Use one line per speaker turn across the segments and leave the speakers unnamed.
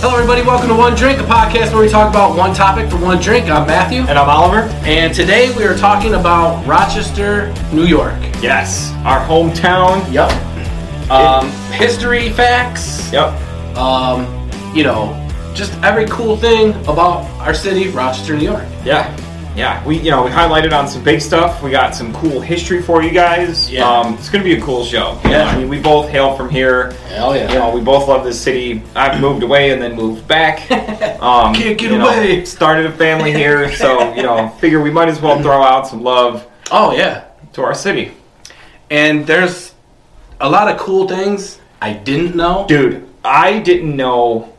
Hello, everybody. Welcome to One Drink, a podcast where we talk about one topic for one drink. I'm Matthew,
And I'm Oliver.
and today we are talking about Rochester, New York.
Yes, our hometown. Yep.
Um, history facts.
Yep.
Um, you know, just every cool thing about our city, Rochester, New York.
Yeah. Yeah. We you know we highlighted on some big stuff. We got some cool history for you guys.
Yeah.
Um, it's gonna be a cool show. You know,
Yeah.
I mean, we both hail from here.
Hell
You know, we both love this city. I've moved away and then moved back. Um,
Can't get
you know,
away.
started a family here, so you know, figure we might as well throw out some love
Oh yeah.
to our city,
And there's a lot of cool things I didn't know.
dude. I didn't know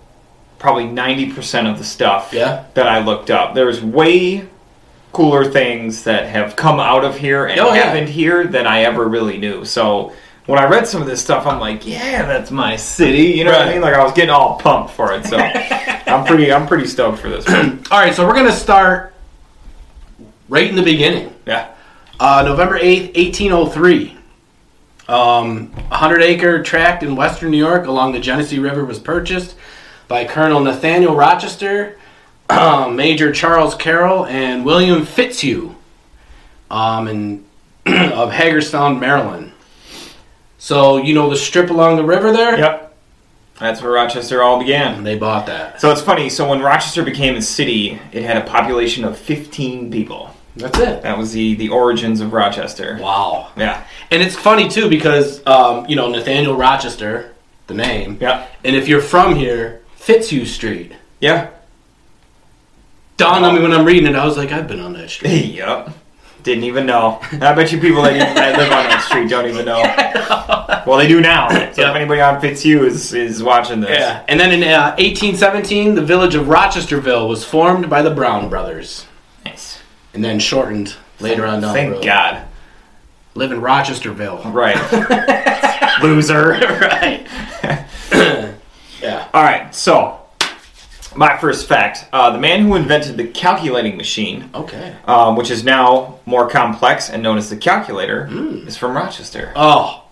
probably ninety percent of the stuff
Yeah.
that I looked up. There's way cooler things that have come out of here and
Oh, yeah.
happened here than I ever really knew. So when I read some of this stuff, I'm like, yeah, that's my city. You know what
Right.
I mean? Like I was getting all pumped for it. So I'm pretty, I'm pretty stoked for this. One.
All right, so we're gonna start right in the beginning.
Yeah.
Uh, November 8th, 1803. Um, a 100 acre tract in western New York along the Genesee River was purchased by Colonel Nathaniel Rochester, um, Major Charles Carroll, and William Fitzhugh um, and of Hagerstown, Maryland. So, you know the strip along the river there?
Yep. That's where Rochester all began.
They bought that.
So it's funny. So when Rochester became a city, it had a population of 15 people.
That's it.
That was the the origins of Rochester.
Wow.
Yeah.
And it's funny too because, um, you know, Nathaniel Rochester, the name.
Yeah.
And if you're from here, Fitzhugh Street.
Yeah.
dawned on me when I'm reading it. I was like, I've been on that street.
Yep. Didn't even know. I bet you people that, that live on that street don't even know. Well, they do now. So
Yeah.
if anybody on Fitzhugh is, is watching this,
Yeah. And then in uh, 1817, the village of Rochesterville was formed by the Brown brothers,
nice.
and then shortened later on down
Thank
the road.
God.
Live in Rochesterville.
Right. Loser.
right. yeah.
All right. So, my first fact: uh, the man who invented the calculating machine,
Okay.
um, which is now more complex and known as the calculator,
Hmm.
is from Rochester.
Oh,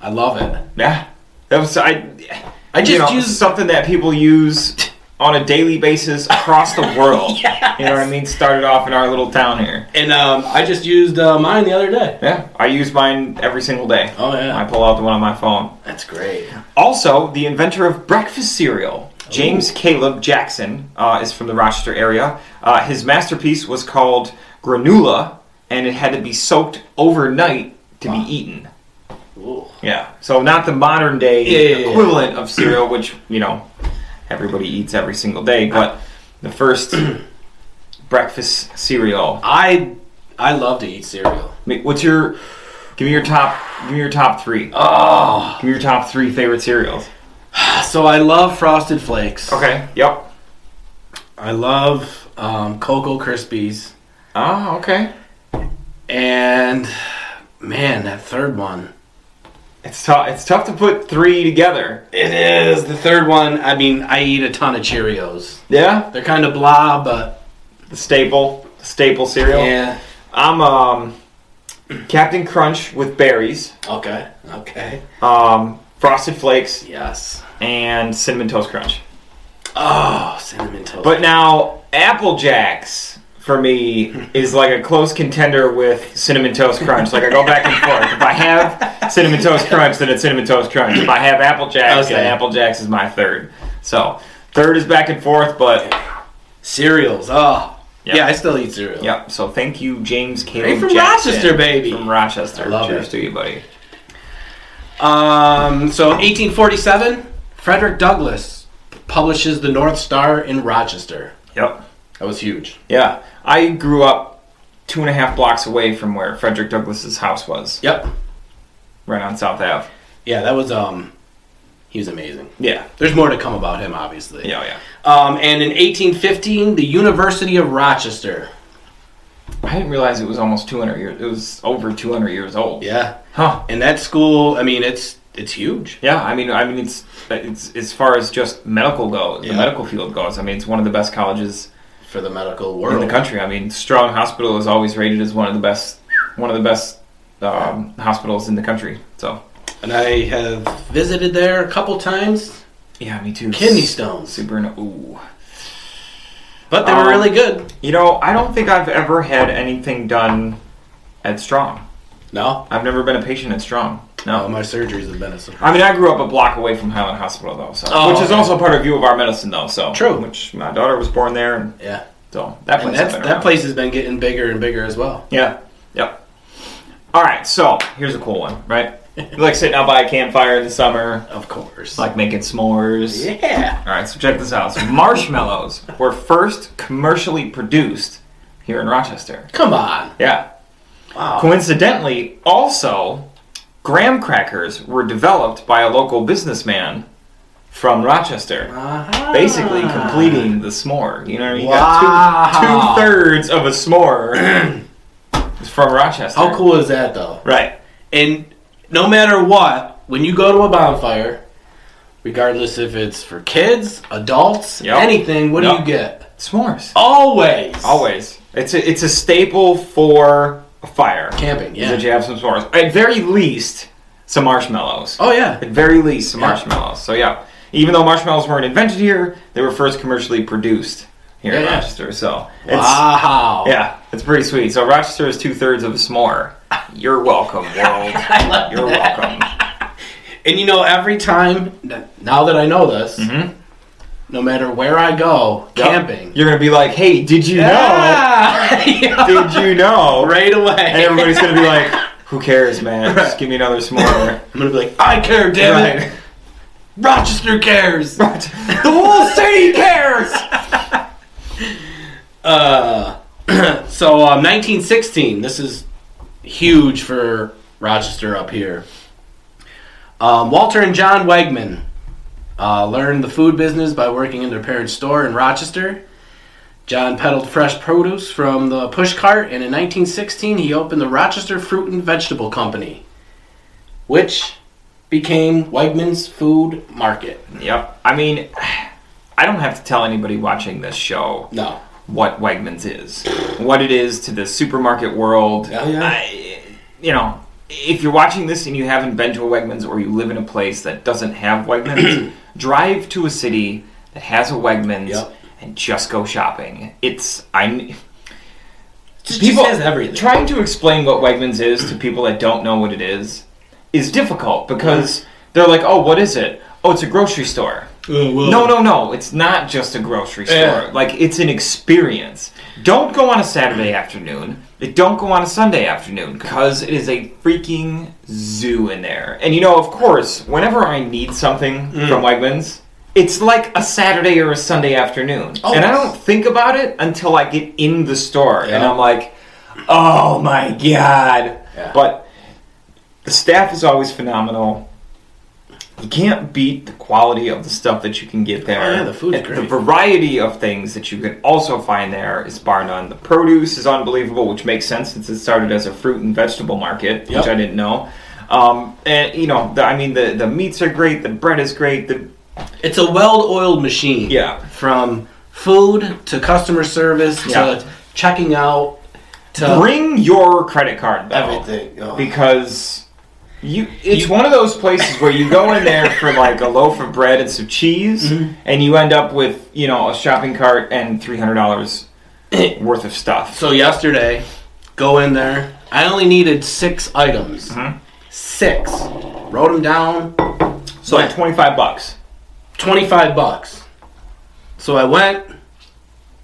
I love it.
Yeah, that was I. I just
just
you know,
use-
something that people use on a daily basis across the world. You know what I mean? Started off in our little town here.
And um, I just used uh, mine the other day.
Yeah, I use mine every single day.
Oh, yeah.
I pull out the one on my phone.
That's great.
Also, the inventor of breakfast cereal, James Caleb Jackson, uh, is from the Rochester area. Uh, his masterpiece was called Granula, and it had to be soaked overnight to be eaten.
Ooh.
Yeah. So not the modern day
Yeah, yeah, yeah.
equivalent of cereal, which you know everybody eats every single day, but the first breakfast cereal.
I I love to eat cereal.
I mean, What's your? Give me your top. Give me your top three.
Oh.
Give me your top three favorite cereals.
So I love Frosted Flakes.
Okay. Yep.
I love um, Cocoa Krispies.
Ah. Okay.
And man, that third one.
It's tough. It's tough to put three together.
It is the third one. I mean, I eat a ton of Cheerios.
Yeah.
They're kind of blah, but
The staple. Staple cereal.
yeah.
I'm um, Captain Crunch with berries,
Okay. Okay.
um, frosted flakes,
Yes.
and cinnamon toast crunch.
Oh, cinnamon toast.
But now Apple Jacks for me is like a close contender with cinnamon toast crunch. Like I go back and forth. If I have cinnamon toast crunch, then it's cinnamon toast crunch. If I have Apple Jacks, then
Okay.
Apple Jacks is my third. So third is back and forth, but
cereals. Oh.
Yeah.
Yeah, I still eat cereal.
yep. So thank you, James Caleb.
Hey, from
Jackson.
Rochester, baby.
From Rochester.
I love
Cheers
it.
to you, buddy.
Um. So, 1847, Frederick Douglass publishes the North Star in Rochester.
Yep.
That was huge.
Yeah. I grew up two and a half blocks away from where Frederick Douglass's house was,
Yep.
right on South Ave.
Yeah, that was um. He was amazing.
Yeah.
There's more to come about him, obviously.
Yeah. Yeah.
Um, and in 1815, the University of Rochester.
I didn't realize it was almost 200 years. It was over 200 years old.
Yeah.
Huh.
And that school, I mean, it's it's huge.
Yeah. I mean, I mean, it's it's as far as just medical goes,
Yeah.
the medical field goes. I mean, it's one of the best colleges
for the medical
in
world.
the country. I mean, Strong Hospital is always rated as one of the best, one of the best um, hospitals in the country. So
And I have visited there a couple times.
Yeah, me too.
Kidney stones.
Super. Ooh.
But they were
Um,
really good.
You know, I don't think I've ever had anything done at Strong.
No?
I've never been a patient at Strong.
No,
No.
my surgeries have been a surprise.
I mean, I grew up a block away from Highland Hospital, though, so
Oh,
which is
okay.
also part of U of R medicine, though. So
True.
Which my daughter was born there, and
Yeah.
so that
And
place.
that's,
has been
that
around.
place has been getting bigger and bigger as well.
Yeah. Yep. All right. So here's a cool one, right? You like sitting out by a campfire in the summer,
Of course.
like making s'mores.
yeah.
All right. So check this out. So marshmallows were first commercially produced here in Rochester.
Come on.
Yeah.
Wow.
Coincidentally, also, graham crackers were developed by a local businessman from Rochester.
Uh-huh.
Basically, completing the s'more. You know, what I mean? you
Wow.
got two thirds of a s'more is from Rochester.
How cool is that, though?
Right.
And no matter what, when you go to a bonfire, regardless if it's for kids, adults,
Yep.
anything, what
Yep.
do you get?
S'mores.
Oh. Always.
Always. It's a, it's a staple for a fire.
Camping,
Is that
yeah.
you have some s'mores. At very least, some marshmallows.
Oh, yeah.
At very least, some
Yeah.
marshmallows. So yeah, even though marshmallows weren't invented here, they were first commercially produced here in
Yeah.
Rochester. So it's,
Wow.
yeah, it's pretty sweet. So Rochester is two thirds of a s'more. You're welcome, world.
I love
You're
that.
welcome.
And you know, every time, now that I know this,
Mm-hmm.
no matter where I go,
Yep.
camping.
You're gonna be like, hey, did you
Yeah. Yeah.
know? Did you know?
Right away.
And everybody's gonna be like, who cares, man? Just give me another s'more.
I'm gonna be like, I care, damn it. Rochester cares.
Right. the whole city cares.
Uh, so um, 1916. This is huge for Rochester up here. Um, Walter and John Wegman uh, learned the food business by working in their parents' store in Rochester. John peddled fresh produce from the push cart, and in 1916 he opened the Rochester Fruit and Vegetable Company, which became Wegman's Food Market.
Yep. I mean, I don't have to tell anybody watching this show
No,
what Wegmans is, what it is to the supermarket world.
Yeah, yeah.
I, you know, if you're watching this and you haven't been to a Wegmans or you live in a place that doesn't have Wegmans, drive to a city that has a Wegmans
Yep.
and just go shopping. It's I'm
just,
people
just has everything.
trying to explain what Wegmans is to people that don't know what it is is difficult because they're like, "Oh, what is it? Oh, it's a grocery store." No, no, no. It's not just a grocery store.
Uh, Yeah.
Like it's an experience. Don't go on a Saturday afternoon. Don't go on a Sunday afternoon because it is a freaking zoo in there. And you know, of course, whenever I need something
Mm.
from Wegmans, it's like a Saturday or a Sunday afternoon.
Oh,
and I
yes.
don't think about it until I get in the store and
Yeah.
I'm like, "Oh my god."
Yeah.
But the staff is always phenomenal. You can't beat the quality of the stuff that you can get there.
Oh, yeah, the food's
And The
great.
variety of things that you can also find there is bar none. The produce is unbelievable, which makes sense since it started as a fruit and vegetable market,
Yep.
which I didn't know. Um, and you know, the, I mean, the the meats are great, the bread is great, the
It's a well-oiled machine.
Yeah.
From food to customer service
Yeah.
to checking out to
bring your credit card though,
Oh.
because you it's one of those places where you go in there for like a loaf of bread and some cheese and you end up with you know a shopping cart and $300 worth of stuff
So yesterday, go in there. I only needed six items.
Mm-hmm.
Six. Wrote them down.
so like 25 bucks
Twenty-five bucks. So I went.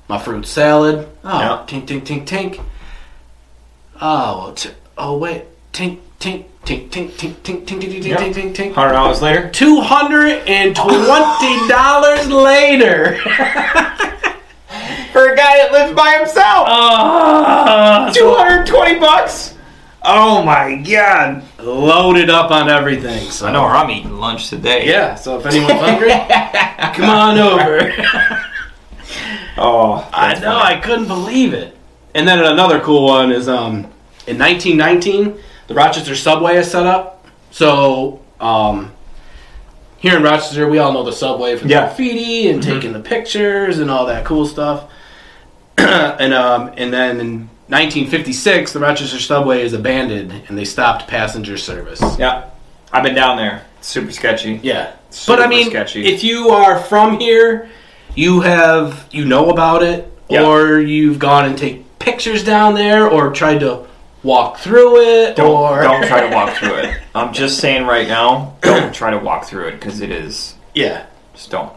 My fruit salad. Oh,
Yeah.
tink tink tink tink. Oh, t- oh wait, tink tink tink tink tink tink tink tink tink
Yeah.
tink tink tink.
$100 later
Two hundred and twenty dollars later.
for a guy that lives by himself Ah,
So
220 bucks oh my god
loaded up on everything. So
i know i'm eating lunch today
Yeah. So if anyone's hungry, come on over.
oh
I know. I couldn't believe it. And then another cool one is um, in 1919, the Rochester subway is set up. So um, here in Rochester, we all know the subway for the
Yeah.
graffiti and taking the pictures and all that cool stuff. and um, and then in 1956, the Rochester subway is abandoned and they stopped passenger service.
yeah i've been down there It's super sketchy
Yeah. But I
super
mean,
sketchy.
if you are from here, you have you know about it,
Yeah.
or you've gone and take pictures down there, or tried to walk through it,
don't,
or
don't try to walk through it. I'm just saying right now, don't try to walk through it because it is
yeah,
just don't,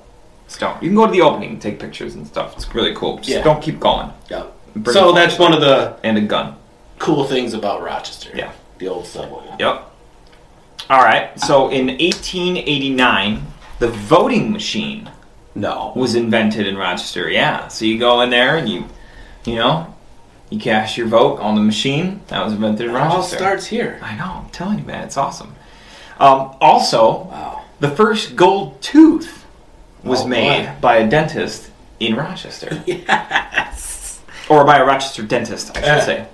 just don't. You can go to the opening and take pictures and stuff. It's really cool. Just
Yeah.
don't keep going.
yeah.
Bring
so
a-
that's one of the
and a gun.
cool things about Rochester.
Yeah.
the old subway.
Yep. All right. So in 1889, the voting machine
No,
was invented in Rochester. Yeah. So you go in there and you, you know, you cast your vote on the machine that was invented in
it all
Rochester.
starts here.
I know. I'm telling you, man, it's awesome. Um, also,
Wow.
the first gold tooth was
Oh, boy.
made by a dentist in Rochester,
Yes.
or by a Rochester dentist, I should
Yeah.
say.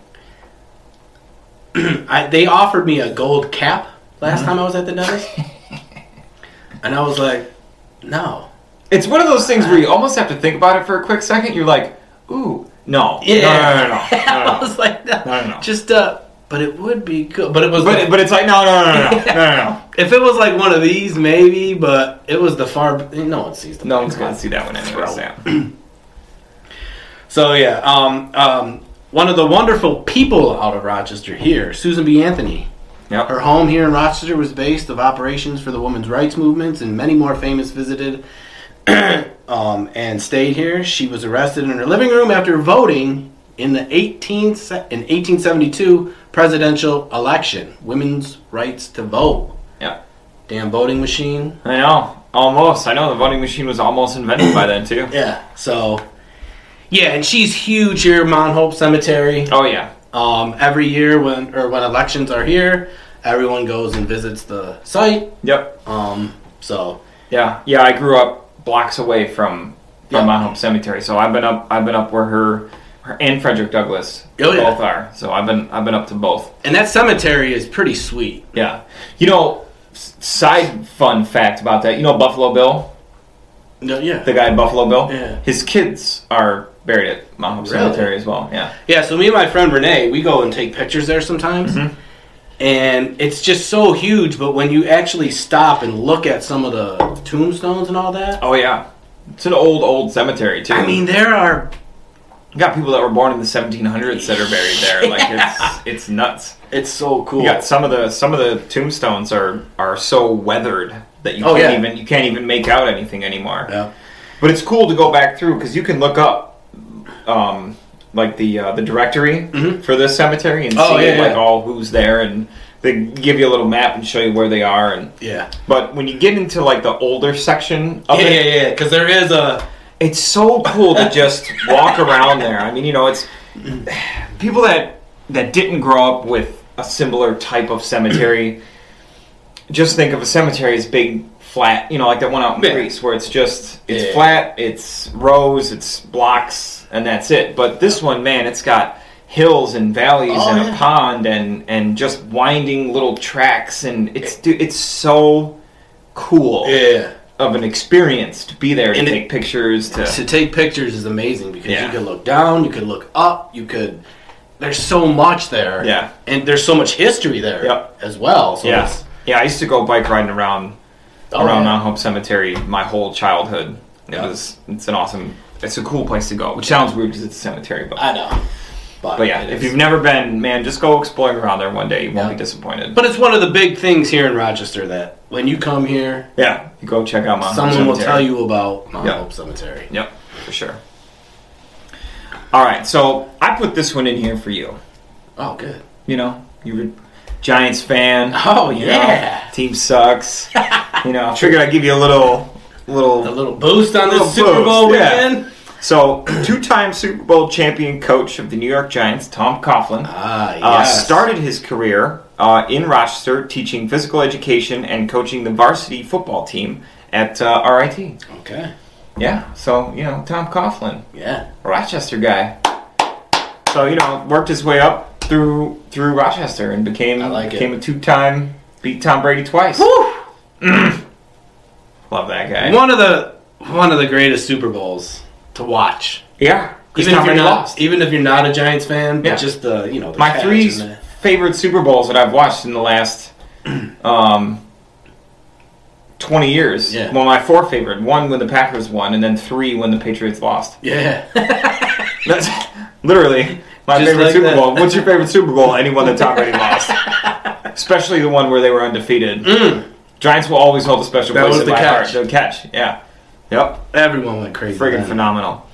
I, they offered me a gold cap last
Mm-hmm.
time I was at the dentist, and I was like, no.
It's one of those things where you almost have to think about it for a quick second. You're like, ooh, no,
Yeah.
no, no, no, no, no,
I
no, no.
was like, no,
No, no, no.
just uh, but it would be cool. But it was,
But but it's like, no, no, no, no, no, no, no, no.
if it was like one of these, maybe. But it was the far. No one sees the.
No one's gonna see that one anyway.
Throw.
Sam.
So yeah, um, um, one of the wonderful people out of Rochester here, Susan B. Anthony. Her
Yep.
home here in Rochester was based of operations for the women's rights movements, and many more famous visited um, and stayed here. She was arrested in her living room after voting in the 18 se- in 1872 presidential election. Women's rights to vote.
Yep.
Damn voting machine.
I know. Almost. I know the voting machine was almost invented by then too.
Yeah. So, yeah, and she's huge here, Mount Hope Cemetery.
Oh yeah.
Um, every year when or when elections are here, everyone goes and visits the site.
Yep.
Um, so
Yeah, yeah. I grew up blocks away from
Yeah.
from Mount Hope Cemetery, so I've been up. I've been up where her, her and Frederick Douglass
Oh, yeah.
both are. So I've been I've been up to both.
And that cemetery is pretty sweet.
Yeah, you know. s- Side fun fact about that, you know Buffalo Bill,
No, yeah.
the guy in Buffalo Bill,
Yeah.
his kids are buried at Mount Hope
Really?
Cemetery as well. Yeah,
Yeah, so me and my friend Renee, we go and take pictures there sometimes. And it's just so huge, but when you actually stop and look at some of the tombstones and all that,
oh yeah, it's an old old cemetery too.
I mean, there are.
you got people that were born in the 1700s that are buried there. Like it's it's nuts.
It's so cool.
You got some of the some of the tombstones are are so weathered that you
Oh,
can't
yeah.
even you can't even make out anything anymore.
Yeah.
But it's cool to go back through because you can look up um, like the uh, the directory for this cemetery and
Mm-hmm. Oh,
see
yeah,
like
yeah.
all who's there and they give you a little map and show you where they are and
Yeah.
but when you get into like the older section of
Yeah,
it,
yeah, yeah. Because there is a.
it's so cool to just walk around there. I mean, you know, it's people that that didn't grow up with a similar type of cemetery. Just think of a cemetery as big, flat. You know, like that one out in
Yeah.
Greece, where it's just it's
Yeah.
flat, it's rows, it's blocks, and that's it. But this one, man, it's got hills and valleys
Oh,
and a
yeah.
pond and and just winding little tracks, and it's dude, it's so cool
Yeah.
of an experience to be there to
And it-
take pictures to
To take pictures is amazing because
Yeah.
you could look down, you could look up, you could. There's so much there.
Yeah.
And there's so much history there
Yep.
as well. So
Yeah,
it's-
yeah. I used to go bike riding around
Oh,
around
yeah.
Mount Hope Cemetery my whole childhood. It
Yeah.
was it's an awesome, it's a cool place to go. Which sounds weird because it's a cemetery, but
I know.
but yeah,
it
if
is.
you've never been, man, just go exploring around there one day. You won't
Yeah.
be disappointed.
But it's one of the big things here in Rochester that when you come here,
yeah, you go check out Mount Hope
someone will
Cemetery.
tell you about Mount
Yeah.
Hope Cemetery.
Yep, for sure. All right, so I put this one in here for you.
Oh, good.
You know, you're a Giants fan.
Oh,
you
yeah.
know, team sucks. you know, I figured I'd give you a little little
A little boost on
Little
this Super
boost,
Bowl
yeah.
weekend.
So, two-time Super Bowl champion coach of the New York Giants, Tom Coughlin,
Ah,
uh,
yes.
started his career uh, in Rochester, teaching physical education and coaching the varsity football team at uh, RIT.
Okay.
Yeah, so you know Tom Coughlin,
Yeah.
Rochester guy. So you know worked his way up through through Rochester and became
I like it.
became a two-time beat Tom Brady twice. Love that guy.
One of the one of the greatest Super Bowls to watch.
Yeah, 'cause
Even if
Tom
you're
Brady
not,
lost.
even if you're not a Giants fan, but
Yeah.
just the you know the
my
catch
three
and the-
favorite Super Bowls that I've watched in the last um, 20 years.
Yeah.
Well, my four favorite. One when the Packers won, and then three when the Patriots lost.
Yeah.
That's literally my
Just
favorite
like
Super
that.
Bowl. What's your favorite Super Bowl? Anyone that's already lost, especially the one where they were undefeated. Giants will always hold a special
Mm. That
place
was
in
the
my
catch.
heart. The catch, yeah, yep,
Everyone went crazy.
friggin'
then.
phenomenal.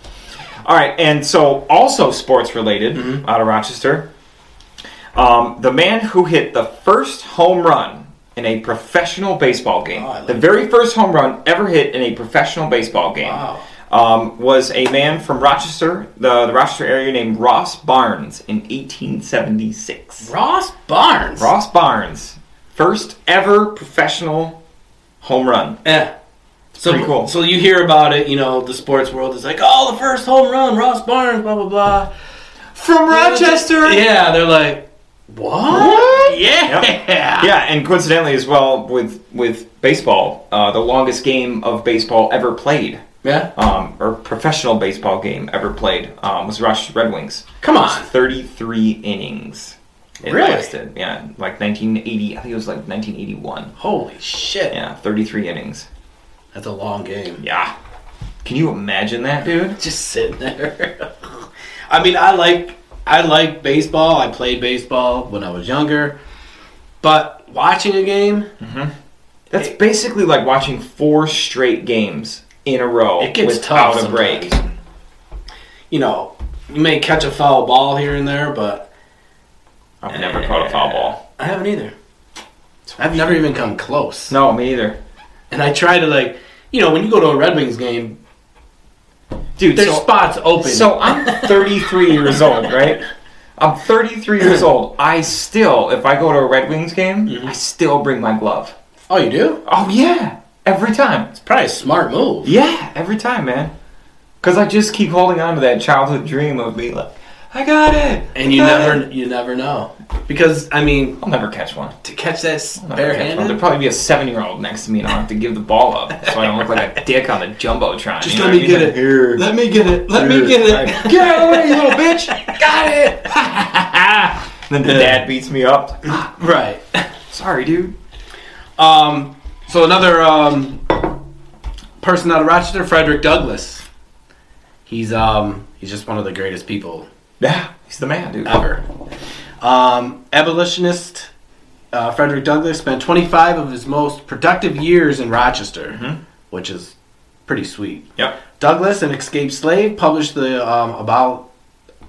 All right, and so also sports related
Mm-hmm.
out of Rochester, um, the man who hit the first home run in a professional baseball game,
Oh, I like
the very first home run ever hit in a professional baseball game
Wow.
um, was a man from Rochester, the, the Rochester area, named Ross Barnes in 1876.
Ross Barnes.
Ross Barnes, first ever professional home run.
Yeah. Eh. So,
pretty cool.
so you hear about it, you know, the sports world is like, oh, the first home run, Ross Barnes, blah, blah, blah.
From
Yeah, they're like, what?
What?
Yeah.
Yeah, and coincidentally as well with with baseball, uh, the longest game of baseball ever played,
Yeah.
um, or professional baseball game ever played, um, was Rochester Red Wings.
Come
It was
on.
33 innings. It
Really?
lasted. Yeah, like 1980. I think it was like 1981.
Holy shit.
Yeah, 33 innings.
That's a long game.
Yeah. Can you imagine that, dude?
Just sitting there. I mean, I like I like baseball. I played baseball when I was younger, but watching a game,
That's basically like watching four straight games in a row
It gets
without
tough
a break.
sometimes. you know, you may catch a foul ball here and there, but
I've never caught a foul ball.
I haven't either. I've never even come close.
No, me either.
And I try to like, you know, when you go to a Red Wings game,
Dude,
there's
so,
spots open.
so I'm 33 years old, right? I'm 33 years old. I still, if I go to a Red Wings game, I still bring my glove.
Mm-hmm. oh, you do?
Oh, yeah. Every time.
It's probably a smart move.
Yeah, every time, man. Because I just keep holding on to that childhood dream of being like, I got it.
And you
I got
never,
it."
you never know, because I mean,
I'll never catch one.
to catch that s-
I'll never catch one. There'll
barehanded,
probably be a seven year old next to me and I'll have to give the ball up so I don't look like a dick on the Jumbotron.
Just
you know
let
what
me
I
get
mean?
it. let me get it. Let me get
Like,
it.
get out of the way, you little bitch. Got it. then the dad beats me up. Ah,
Right.
Sorry, dude.
Um, so another um, person out of Rochester, Frederick Douglass. He's um, he's just one of the greatest people
Yeah, he's the man, dude.
ever. Um, abolitionist uh, Frederick Douglass spent 25 of his most productive years in Rochester,
Mm-hmm.
which is pretty sweet.
Yep.
Douglass, an escaped slave, published the um, about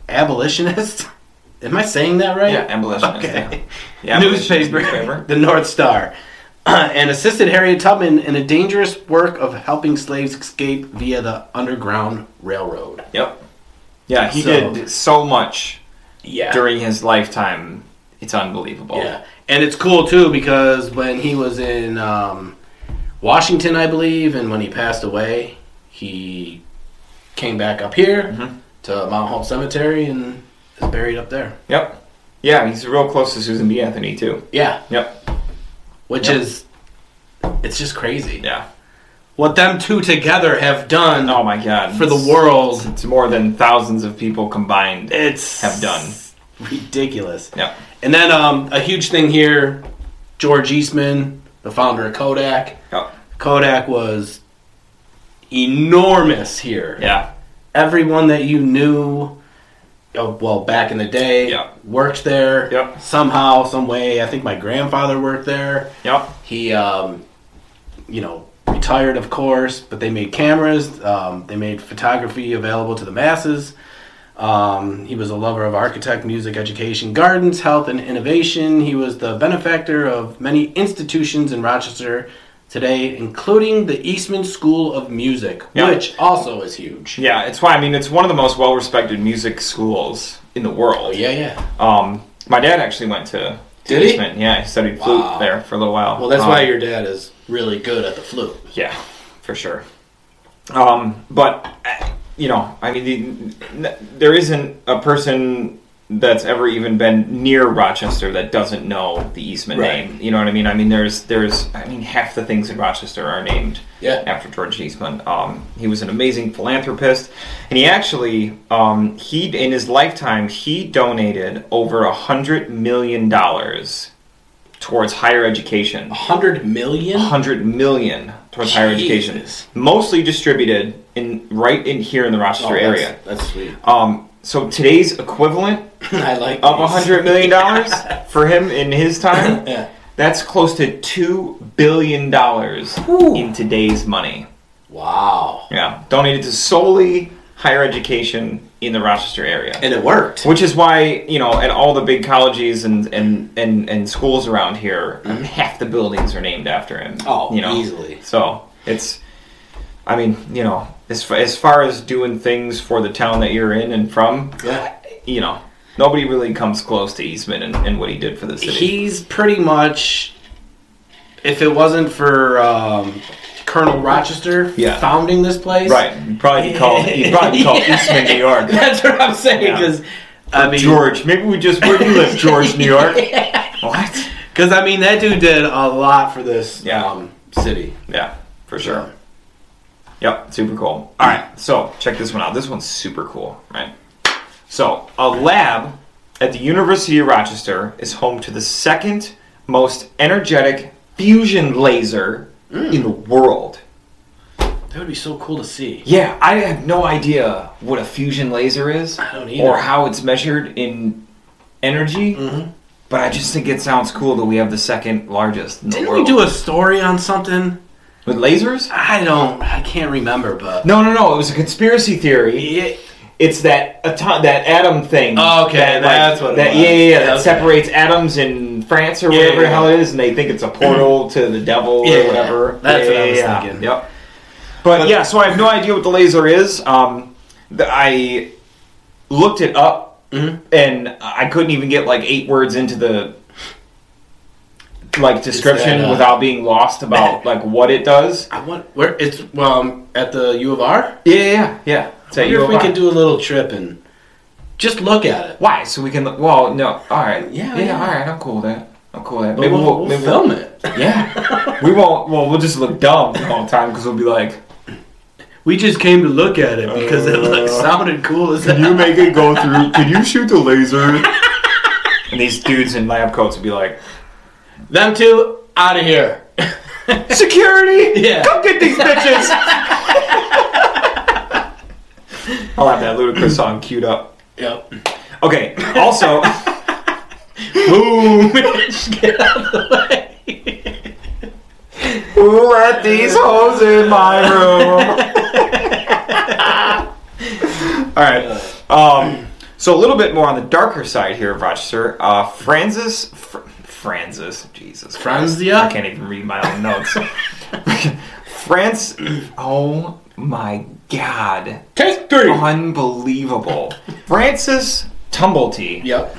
abolitionist. Am I saying that right?
Yeah, abolitionist.
Okay.
Yeah. Yeah, abolitionist
newspaper,
newspaper.
the North Star, and assisted Harriet Tubman in a dangerous work of helping slaves escape via the Underground Railroad.
Yeah. Yep. Yeah, he
So-
did so much
Yeah.
during his lifetime. It's unbelievable.
Yeah, and it's cool too because when he was in um, Washington, I believe, and when he passed away, he came back up here
Mm-hmm.
to Mount Hope Cemetery and is buried up there.
Yep. Yeah, he's real close to Susan B. Anthony too.
Yeah,
Yep.
which
Yep.
is it's just crazy
Yeah.
what them two together have done
Oh my God.
for the
It's-
world.
It's more than thousands of people combined.
It's
Have done.
ridiculous.
Yep.
And then um, a huge thing here, George Eastman, the founder of Kodak.
Yep.
Kodak was enormous here.
Yeah.
Everyone that you knew, uh, well, back in the day,
Yeah.
worked there
Yep.
somehow, some way. I think my grandfather worked there.
Yep.
He, um, you know, retired, of course, but they made cameras. Um, they made photography available to the masses. Um, he was a lover of architect, music, education, gardens, health, and innovation. He was the benefactor of many institutions in Rochester today, including the Eastman School of Music,
Yeah.
which also is huge.
Yeah, it's why I mean it's one of the most well-respected music schools in the world.
Oh, Yeah, yeah.
Um, my dad actually went to. to
Did he?
Eastman. Yeah, he studied flute
Wow.
there for a little while.
Well, that's
Um,
why your dad is really good at the flute.
Yeah, for sure. Um, but uh, you know, I mean, the, n- there isn't a person that's ever even been near Rochester that doesn't know the Eastman
Right.
name. You know what I mean? I mean, there's there's I mean, half the things in Rochester are named
Yeah.
after George Eastman. Um, he was an amazing philanthropist, and he actually um, he in his lifetime he donated over a hundred million dollars towards higher education.
100 million?
100 million towards higher education.
Jesus.
Mostly distributed in right in here in the Rochester
Oh, that's-
area.
That's sweet.
Um, so today's equivalent
I like
of
these.
$100 million for him in his time,
Yeah.
that's close to $2 billion
Whew.
in today's money.
Wow.
Yeah, donated to solely higher education in the Rochester area.
And it worked.
Which is why, you know, at all the big colleges and, and, and, and schools around here, half the buildings are named after him.
Mm-hmm. Oh,
you know?
easily.
So it's, I mean, you know, as, fa- as far as doing things for the town that you're in and from,
Yeah.
you know, nobody really comes close to Eastman and, and what he did for the city.
He's pretty much, if it wasn't for um, Colonel Rochester
Yeah.
founding this place.
right. He'd probably call, he'd probably call Eastman, New York.
That's what I'm saying.
Yeah.
Because, I mean,
George, maybe we just, where do you live, George, New York? What?
Because I mean, that dude did a lot for this
Yeah.
um, city.
Yeah, for sure. Yep, super cool. All right, so check this one out. This one's super cool, right? So, a lab at the University of Rochester is home to the second most energetic fusion laser
Mm.
in the world.
That would be so cool to see.
Yeah, I have no idea what a fusion laser is
I don't either. Mm-hmm.
or how it's measured in energy, but I just think it sounds cool that we have the second largest in the
Didn't we
world.
do a story on something?
With lasers?
I don't. I can't remember, but
No, no, no. It was a conspiracy theory.
Yeah.
It's that atom, that atom thing.
Oh, okay,
that,
that's what it
that-
was.
Yeah, yeah, yeah. That
Okay.
separates atoms in France or
Yeah,
whatever
yeah, Mm-hmm.
the hell it is, and they think it's a portal to the devil
Yeah,
or whatever.
that's
yeah,
what I was
yeah,
thinking.
yeah. Yep. But, yeah, so I have no idea what the laser is. Um, the, I looked it up,
Mm-hmm.
and I couldn't even get like eight words into the like description
uh,
without being lost about like what it does.
I want where it's um at the U of R.
Yeah, yeah, yeah, yeah. It's at
I wonder
U
if
of
we
R.
could do a little trip and just look at it.
Why? So we can. Well, no. All right.
Yeah,
Yeah. Yeah.
yeah.
All right. I'm cool with that. I'm cool with that.
But we'll, we'll,
maybe
film it.
Yeah. we won't. Well, we'll just look dumb the whole time because we'll be like,
We just came to look at it because it
Uh,
looked sounded cool as
"Can you make it go through? Can you shoot the laser?" and these dudes in lab coats will be like,
Them two out of here.
"Security,
Yeah.
come get these bitches." I'll have that ludicrous song queued up.
yep.
Okay. Also, boom.
just get out of the way.
Who let these hoes in my room? All right. Um, so a little bit more on the darker side here of Rochester. Uh, Francis, Fr- Francis, Jesus, Christ.
Franzia?
I can't even read my own notes. France. Oh my God!
Take
Oh,
three.
Unbelievable. Francis Tumblety.
Yep.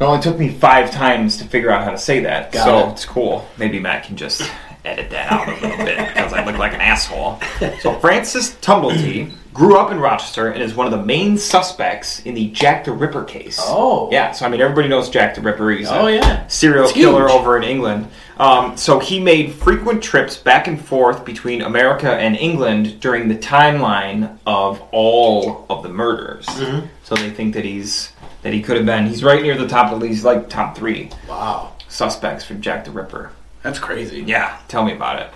It only took me five times to figure out how to say that,
Got
so
it.
it's cool. Maybe Matt can just edit that out a little bit because I look like an asshole. So Francis Tumblety grew up in Rochester and is one of the main suspects in the Jack the Ripper case.
Oh.
yeah. So I mean, everybody knows Jack the Ripper. He's a
Oh, yeah.
serial
It's
killer
huge.
over in England. Um, so he made frequent trips back and forth between America and England during the timeline of all of the murders.
Mm-hmm.
So they think that he's that he could have been. He's right near the top of these like top three
Wow.
suspects for Jack the Ripper.
That's crazy.
Yeah, tell me about it.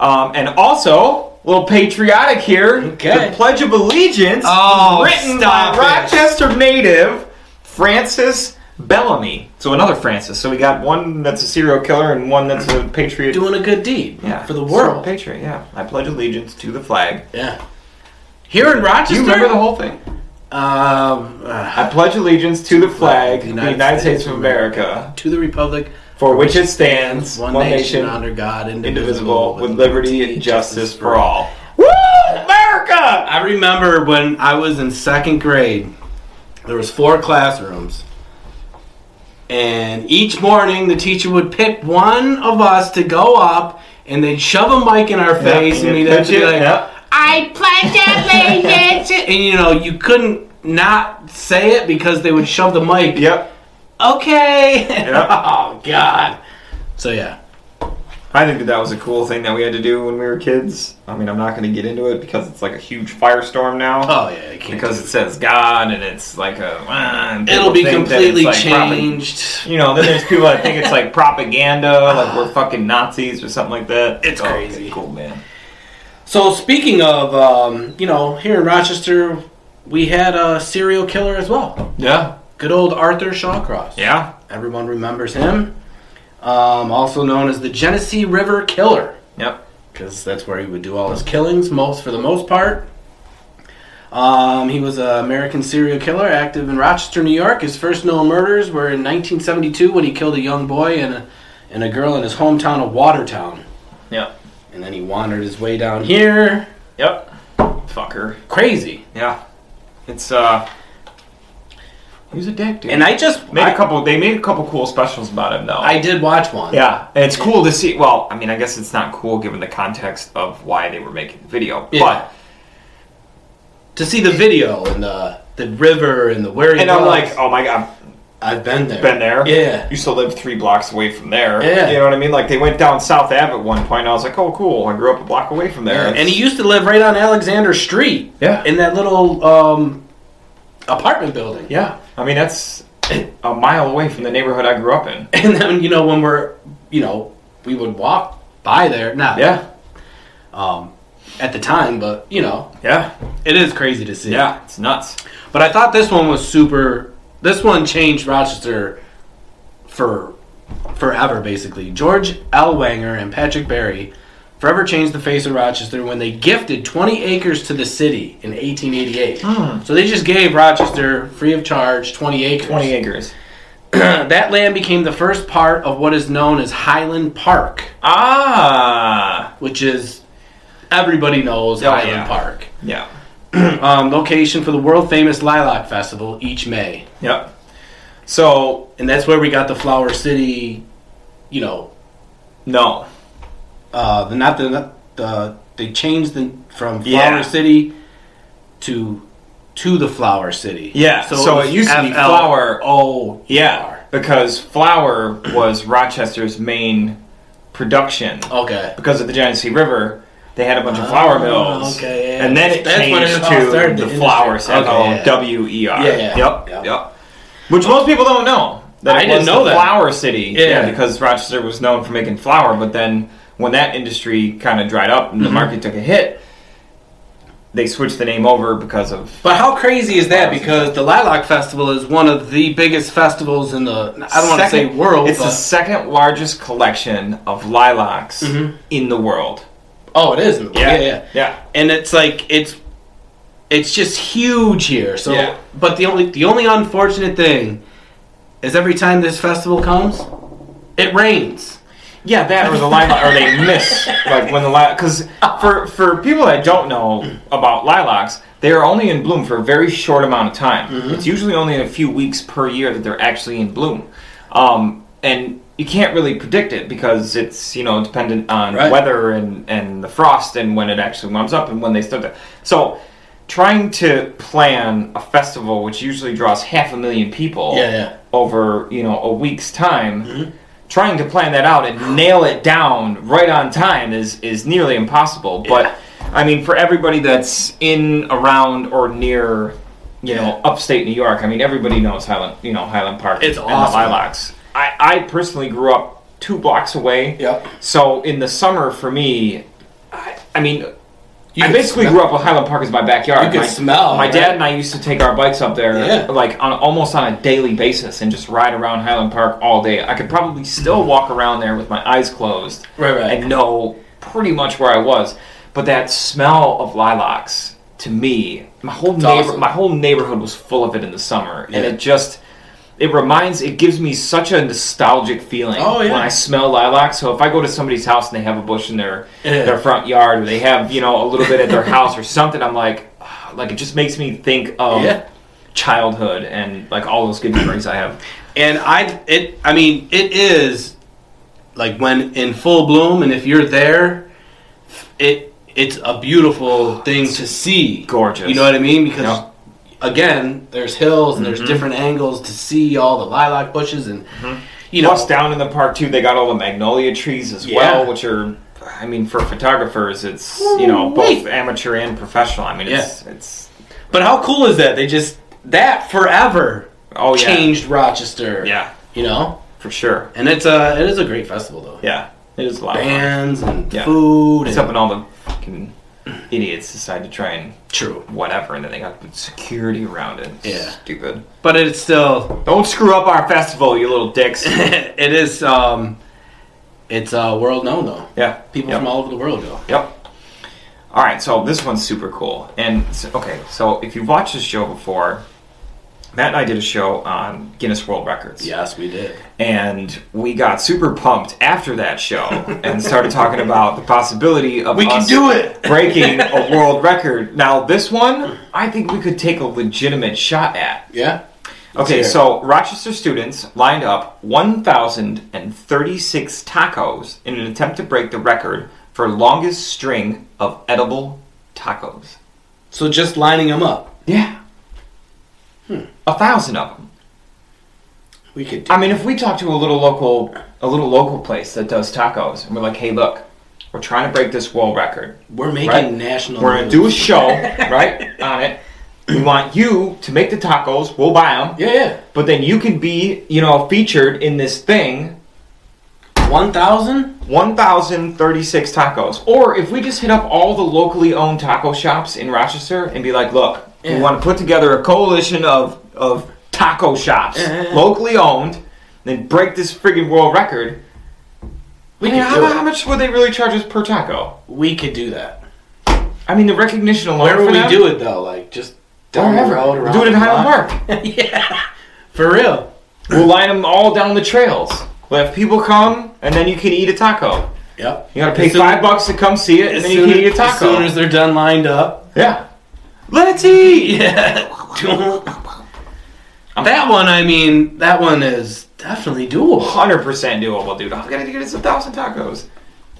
Um, and also, a little patriotic here.
Okay.
The Pledge of Allegiance
Oh,
was written by
stop it.
Rochester native Francis Bellamy. So another Francis. So we got one that's a serial killer and one that's a patriot.
Doing a good deed
yeah.
for the
So,
world.
patriot, yeah. I pledge allegiance to the flag.
Yeah. Here in Rochester?
Do you remember the whole thing?
Um, uh,
I pledge allegiance to the flag, the
United
United, States, of America,
to the republic,
for which it stands, one, nation,
under God,
indivisible, with liberty and justice for all.
Woo!
America!
I remember when I was in second grade, there was four classrooms, and each morning the teacher would pick one of us to go up, and they'd shove a mic in our face, and we'd have to be like, "I pledge allegiance," and you know you couldn't not say it because they would shove the mic.
Yep.
Okay.
Yep.
oh God. So yeah.
All I think that that was a cool thing that we had to do when we were kids. I mean, I'm not going to get into it because it's like a huge firestorm now.
Oh yeah, you can't
because it says God and it's like a. ah, and people
It'll be
think that it's,
completely
like, propa-
changed.
you know, then there's people that think it's like propaganda, like we're fucking Nazis or something like that. Oh,
It's
okay,
crazy.
cool, man.
So speaking of, um, you know, here in Rochester, we had a serial killer as well.
Yeah,
Good old Arthur Shawcross.
yeah.
Everyone remembers him. Um, also known as the Genesee River Killer,
Yep.
because that's where he would do all his killings, most for the most part. Um, he was an American serial killer active in Rochester, New York. His first known murders were in 1972 when he killed a young boy and a, and a girl in his hometown of Watertown.
Yep.
And then he wandered his way down here.
Yep. Fucker.
Crazy.
Yeah. It's uh. He was a dick, dude.
And I just
made
I-
a couple. They made a couple cool specials about him, though.
I did watch one.
yeah, and it's cool to see. Well, I mean, I guess it's not cool given the context of why they were making the video,
Yeah. To see the video and the the river and the where
but
he
and
was.
I'm like, oh my god,
I've been there.
been there.
Yeah.
Used to live three blocks away from there.
Yeah.
You know what I mean? Like they went down South Ave at one point. And I was like, oh, cool. I grew up a block away from there.
And he used to live right on Alexander Street.
Yeah.
In that little um, apartment building.
yeah. I mean, that's a mile away from the neighborhood I grew up in.
And then you know when we're you know we would walk by there not
Yeah.
um, at the time but you know
Yeah.
it is crazy to see.
Yeah. It's nuts.
But I thought this one was super. This one changed Rochester for forever, basically. George L. Wanger and Patrick Barry forever changed the face of Rochester when they gifted 20 acres to the city in 1888.
Hmm.
So they just gave Rochester, free of charge, 20 acres. Uh,
20 acres.
that land became the first part of what is known as Highland Park,
Ah.
which is everybody knows
Oh,
Highland
yeah.
Park.
Yeah.
Um, location for the world famous Lilac Festival each May.
Yep. So,
and that's where we got the Flower City, you know,
no.
uh, the not the not the they changed the from Flower
Yeah.
City to to the Flower City.
Yeah, so it used to be Flower. E.
Oh
Yeah. Because flour was Rochester's main production.
okay.
because of the Genesee River, they had a bunch of flour
Oh,
mills.
okay, yeah.
And then it
That's when
changed
it all started,
to
the
the flour
industry.
symbol,
Okay, yeah.
W-E-R.
Yeah, yeah.
Yep,
Yep.
yep. Which most people don't know. That
I
it
didn't
was
know
the
that.
Flour City.
Yeah.
because Rochester was known for making flour, but then when that industry kind of dried up and
Mm-hmm.
the market took a hit, they switched the name over because of
But how crazy is that? Because the Lilac Festival is one of the biggest festivals in the I don't want to say
Second-
world.
It's
but-
the second largest collection of lilacs in the world.
oh, it is. in the world. Mm-hmm. yeah, yeah.
yeah.
and it's like it's it's just huge here. So,
Yeah.
but the only the only unfortunate thing is every time this festival comes, it rains.
Yeah, that or the lilac, or they miss like when the lilac. Because for for people that don't know about lilacs, they are only in bloom for a very short amount of time.
Mm-hmm.
It's usually only in a few weeks per year that they're actually in bloom, um, and you can't really predict it because it's you know dependent on
Right.
weather and and the frost and when it actually warms up and when they start to. So, trying to plan a festival which usually draws half a million people
Yeah, yeah.
over you know a week's time
Mm-hmm.
trying to plan that out and nail it down right on time is is nearly impossible but i mean for everybody that's in around or near you know upstate new york i mean everybody knows highland you know highland park
It's
and
awesome.
the lilacs i i personally grew up two blocks away
Yep.
so in the summer for me i, I mean
You
I
could
basically
smell-
grew up with Highland Park as my backyard.
You could
my,
smell,
My
right?
dad and I used to take our bikes up there,
Yeah.
like on almost on a daily basis, and just ride around Highland Park all day. I could probably still walk around there with my eyes closed,
Right, right.
and know pretty much where I was. But that smell of lilacs to me, my whole neighbor,
awesome.
my whole neighborhood was full of it in the summer, and
Yeah.
it just. It reminds, it gives me such a nostalgic feeling
Oh, yeah.
when I smell lilac. So if I go to somebody's house and they have a bush in their
Yeah.
their front yard or they have you know a little bit at their house or something i'm like ah, like it just makes me think of
Yeah.
childhood and like all those good memories i have
And I it I mean it is like when in full bloom, and if you're there, it it's a beautiful thing to see.
Oh, gorgeous.
You know what I mean? Because
Yep. Mm-hmm.
again, there's hills and there's different angles to see all the lilac bushes and. you know,
Plus, down in the park too, they got all the magnolia trees as
Yeah.
well, which are, I mean, for photographers, it's you know both amateur and professional. I mean, it's it's
But how cool is that? They just that forever
oh yeah,
changed Rochester.
yeah,
you know,
for sure,
and it's a it is a great festival though.
yeah. It is a lot. of fun.
Bands and
Yeah.
food.
It's
And,
up when all the fucking idiots decide to try and
True,
whatever, and then they got security around it. It's
Yeah.
stupid.
but it's still
Don't screw up our festival, you little dicks.
it is um, it's uh, world known though.
yeah,
People
Yep.
from all over the world go.
Yep. All right, so this one's super cool. And so, okay, so if you've watched this show before, Matt and I did a show on Guinness World Records.
Yes, we did.
And we got super pumped after that show and started talking about the possibility of
We can
us
do it!
breaking a world record. Now, this one, I think we could take a legitimate shot at.
Yeah.
Okay,
hear it.
so Rochester students lined up 1,036 tacos in an attempt to break the record for longest string of edible tacos.
So just lining them up,
Yeah. Hmm. A thousand of them.
we could. Do
I mean, if we talk to a little local, a little local place that does tacos, and we're like, "Hey, look, we're trying to break this world record.
We're making
Right.
national.
We're gonna
news.
do a show, right, on it. We want you to make the tacos. We'll buy them,
Yeah,
but then you can be, you know, featured in this thing."
yeah. One thousand.
1,036 tacos. Or if we just hit up all the locally owned taco shops in Rochester and be like, look,
Yeah.
we want to put together a coalition of, of taco shops,
Yeah, yeah, yeah.
locally owned, then break this friggin' world record.
We
I mean,
could
how,
do
how
it.
much would they really charge us per taco?
We could do that.
I mean, the recognition alone.
Where
for
would we
them,
do it though? Like just down the
Wherever.
road,
We'll
around
do it in
the
Highland
block?
Park.
yeah. For real.
We'll line them all down the trails. We'll have people come, and then you can eat a taco.
Yep.
You gotta pay
As soon-
five bucks to come see it, and
As
then you can
soon-
eat a taco.
As soon as they're done lined up.
yeah. Let's eat!
Yeah. that one, I mean, that one is definitely doable.
hundred percent doable, dude. All we gotta do is a thousand tacos.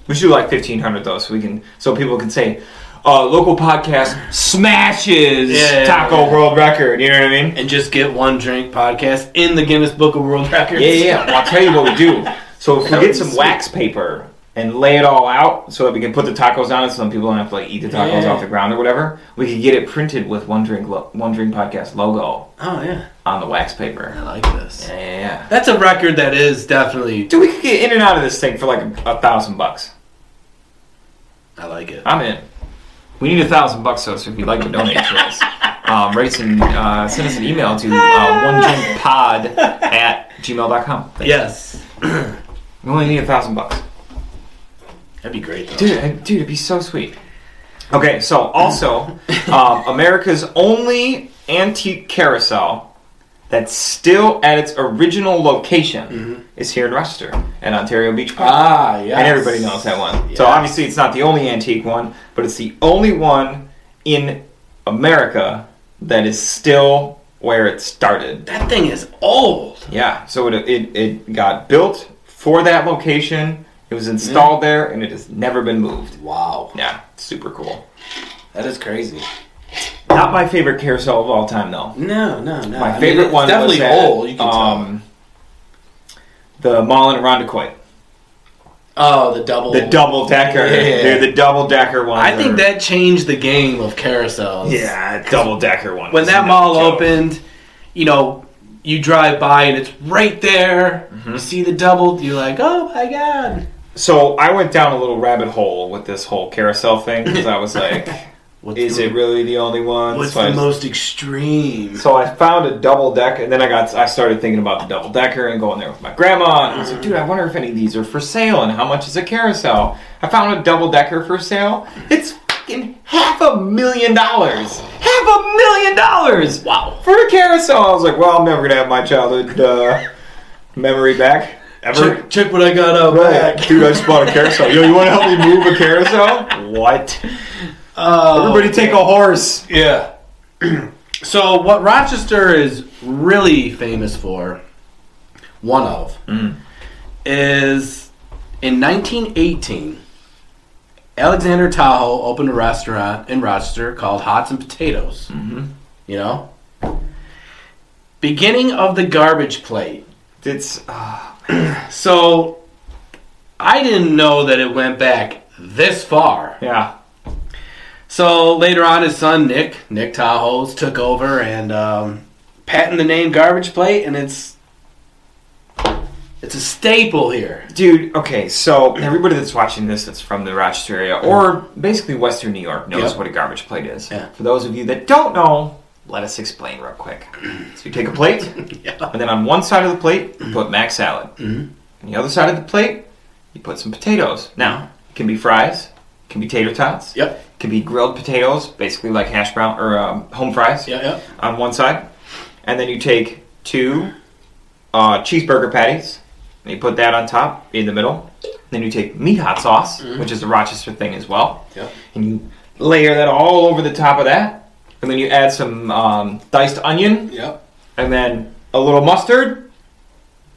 We should do like fifteen hundred though, so we can so people can say, uh, local podcast smashes
Yeah, yeah,
taco
yeah.
world record. You know what I mean?
And just get one drink podcast in the Guinness Book of World Records.
Yeah, yeah. yeah. Well, I'll tell you what we do. So if we
That would
get
be
some
sweet.
wax paper and lay it all out so that we can put the tacos on it, so then people don't have to like eat the tacos
Yeah.
off the ground or whatever. We could get it printed with one drink lo- one drink podcast logo
Oh yeah.
on the wax
I
paper.
like this.
Yeah, yeah, yeah.
That's a record that is definitely.
Dude, we could get in and out of this thing for like a, a thousand bucks.
I like it.
I'm in. We need a thousand bucks though, so if you'd like to donate to us, um, write us and uh, send us an email to uh, one drink pod at gmail.com. Thanks.
Yes.
We only need a thousand bucks.
That'd be great though.
Dude, I- dude, it'd be so sweet. Okay, so also, um, America's only antique carousel that's still at its original location is here in Rochester at Ontario Beach Park.
Ah, yeah.
And everybody knows that one. So
Yes.
obviously it's not the only antique one, but it's the only one in America that is still where it started.
That thing is old.
Yeah. So it it, it got built for that location. It was
Mm.
installed there and it has never been moved.
Wow.
Yeah, super cool.
That is crazy.
Not my favorite carousel of all time though.
No, no, no.
My
I mean,
favorite
it's
one
definitely
was at,
old. You can
um, the Mall in Irondequoit.
tell. Oh, the double.
The double decker.
Yeah, yeah, yeah.
They're the double decker ones.
I think
are-
that changed the game of carousels.
Yeah, double decker one.
When that mall opened, you know, you drive by and it's right there.
Mm-hmm.
You see the double. You're like, oh my god.
So I went down a little rabbit hole with this whole carousel thing because I was like,
What's
is
the,
it really the only one?
What's
so, I
the
just-
most extreme?
so I found a double decker, and then I got I started thinking about the double decker and going there with my grandma. And I was like, dude, I wonder if any of these are for sale and how much is a carousel. I found a double decker for sale. It's fucking half a million dollars. Half a million dollars.
Wow.
for a carousel. I was like, well, I'm never gonna have my childhood uh, memory back ever.
Check, check what I got out
Right.
back.
Dude, I just bought a carousel. Yo, you want to help me move a carousel? What?
Oh,
Everybody take a horse.
Yeah. so what Rochester is really famous for, one of, is in 1918, Alexander Tahoe opened a restaurant in Rochester called Hots and Potatoes.
Mm.
Mm-hmm. You know, beginning of the garbage plate.
It's. Oh,
So I didn't know that it went back this far.
Yeah.
So later on, his son Nick, Nick Tahoe's, took over and um, patented the name Garbage Plate, and it's it's a staple here.
Dude, okay, so everybody that's watching this that's from the Rochester area or basically Western New York knows
Yep.
what a garbage plate is.
Yeah.
For those of you that don't know, let us explain real quick. So you take a plate, and then on one side of the plate, you put mac salad. mm On the other side of the plate, you put some potatoes. Now, it can be fries, it can be tater tots,
Yep.
it can be grilled potatoes, basically like hash brown or um, home fries
Yeah, yeah.
on one side, and then you take two uh, cheeseburger patties and you put that on top in the middle. Then you take meat hot sauce,
Mm-hmm.
which is a Rochester thing as well,
Yep.
and you layer that all over the top of that, and then you add some um, diced onion
Yep.
and then a little mustard.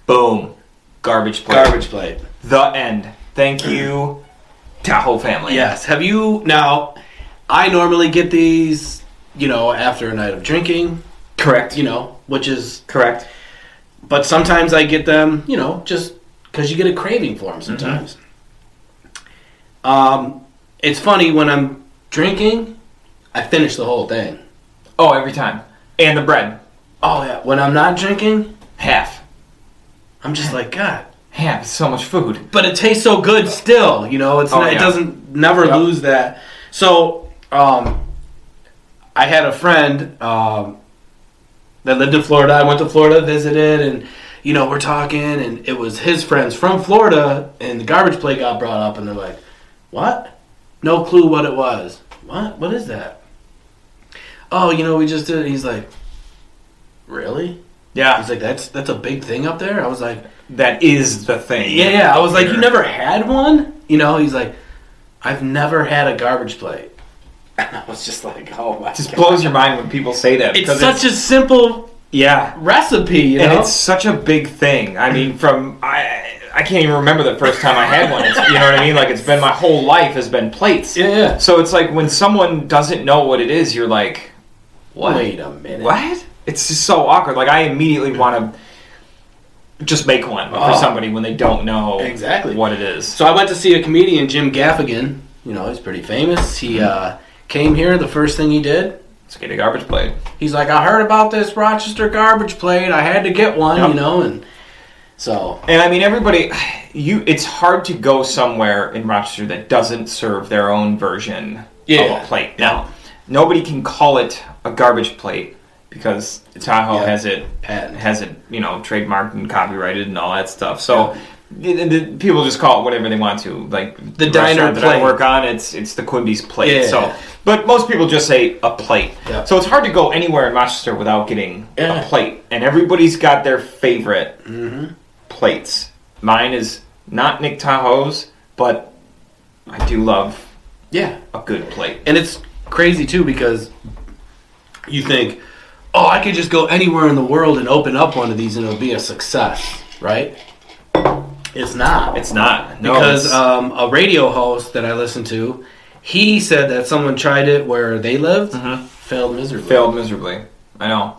Boom, garbage plate.
Garbage Plate.
The end. Thank you, Tahoe family.
Yes. Have you now? I normally get these, you know, after a night of drinking,
correct.
you know, which is.
correct.
But sometimes I get them, you know, just because you get a craving for them sometimes. Um, it's funny when I'm drinking, I finish the whole thing.
Oh, every time. And the bread,
Oh yeah. When I'm not drinking,
half,
I'm just like God.
half. So much food.
but it tastes so good still. You know, it's
Oh,
not,
yeah.
it doesn't never
Yep.
lose that. So, um, I had a friend um, that lived in Florida. I went to Florida, visited, and you know, we're talking, and it was his friends from Florida, and the garbage plate got brought up, and they're like, "What? No clue what it was. What? What is that? Oh, you know, we just did." It. He's like, "Really?"
Yeah.
He's like, "That's that's a big thing up there." I was like.
that is the thing.
Yeah, yeah. I was like, you never had one? You know, he's like, I've never had a garbage plate. And I was just like, oh my
It just blows your mind when people say that.
It's
because
such a simple
yeah,
recipe, you
and
know?
it's such a big thing. I mean, from I I can't even remember the first time I had one. It's, you know what I mean? Like it's been my whole life has been plates.
yeah, yeah.
So it's like when someone doesn't know what it is, you're like, what?
Wait a minute.
What? It's just so awkward. Like I immediately want to just make one
Oh.
for somebody when they don't know
Exactly.
what it is.
So I went to see a comedian, Jim Gaffigan. You know, he's pretty famous. He uh, came here. The first thing he did,
Let's get a garbage plate.
he's like, I heard about this Rochester garbage plate. I had to get one,
Yep.
you know? And so,
And I mean, everybody, you. It's hard to go somewhere in Rochester that doesn't serve their own version
Yeah.
of a plate. Now, nobody can call it a garbage plate because Tahoe
Yeah.
has it
Patent.
has it, you know, trademarked and copyrighted and all that stuff. So. the- the- the people just call it whatever they want to. Like
The diner
restaurant that I
plate.
work on, it's it's the Quimby's plate.
Yeah.
So, but most people just say a plate.
Yeah.
So it's hard to go anywhere in Rochester without getting
Yeah. Mm-hmm.
a plate. And everybody's got their favorite plates. Mine is not Nick Tahoe's, but I do love
yeah.
a good plate.
And it's crazy too because you think, oh, I could just go anywhere in the world and open up one of these and it'll be a success, right? It's not.
It's not no,
because
it's-
um, a radio host that I listened to, he said that someone tried it where they lived, failed miserably.
Mm-hmm. failed miserably. I know.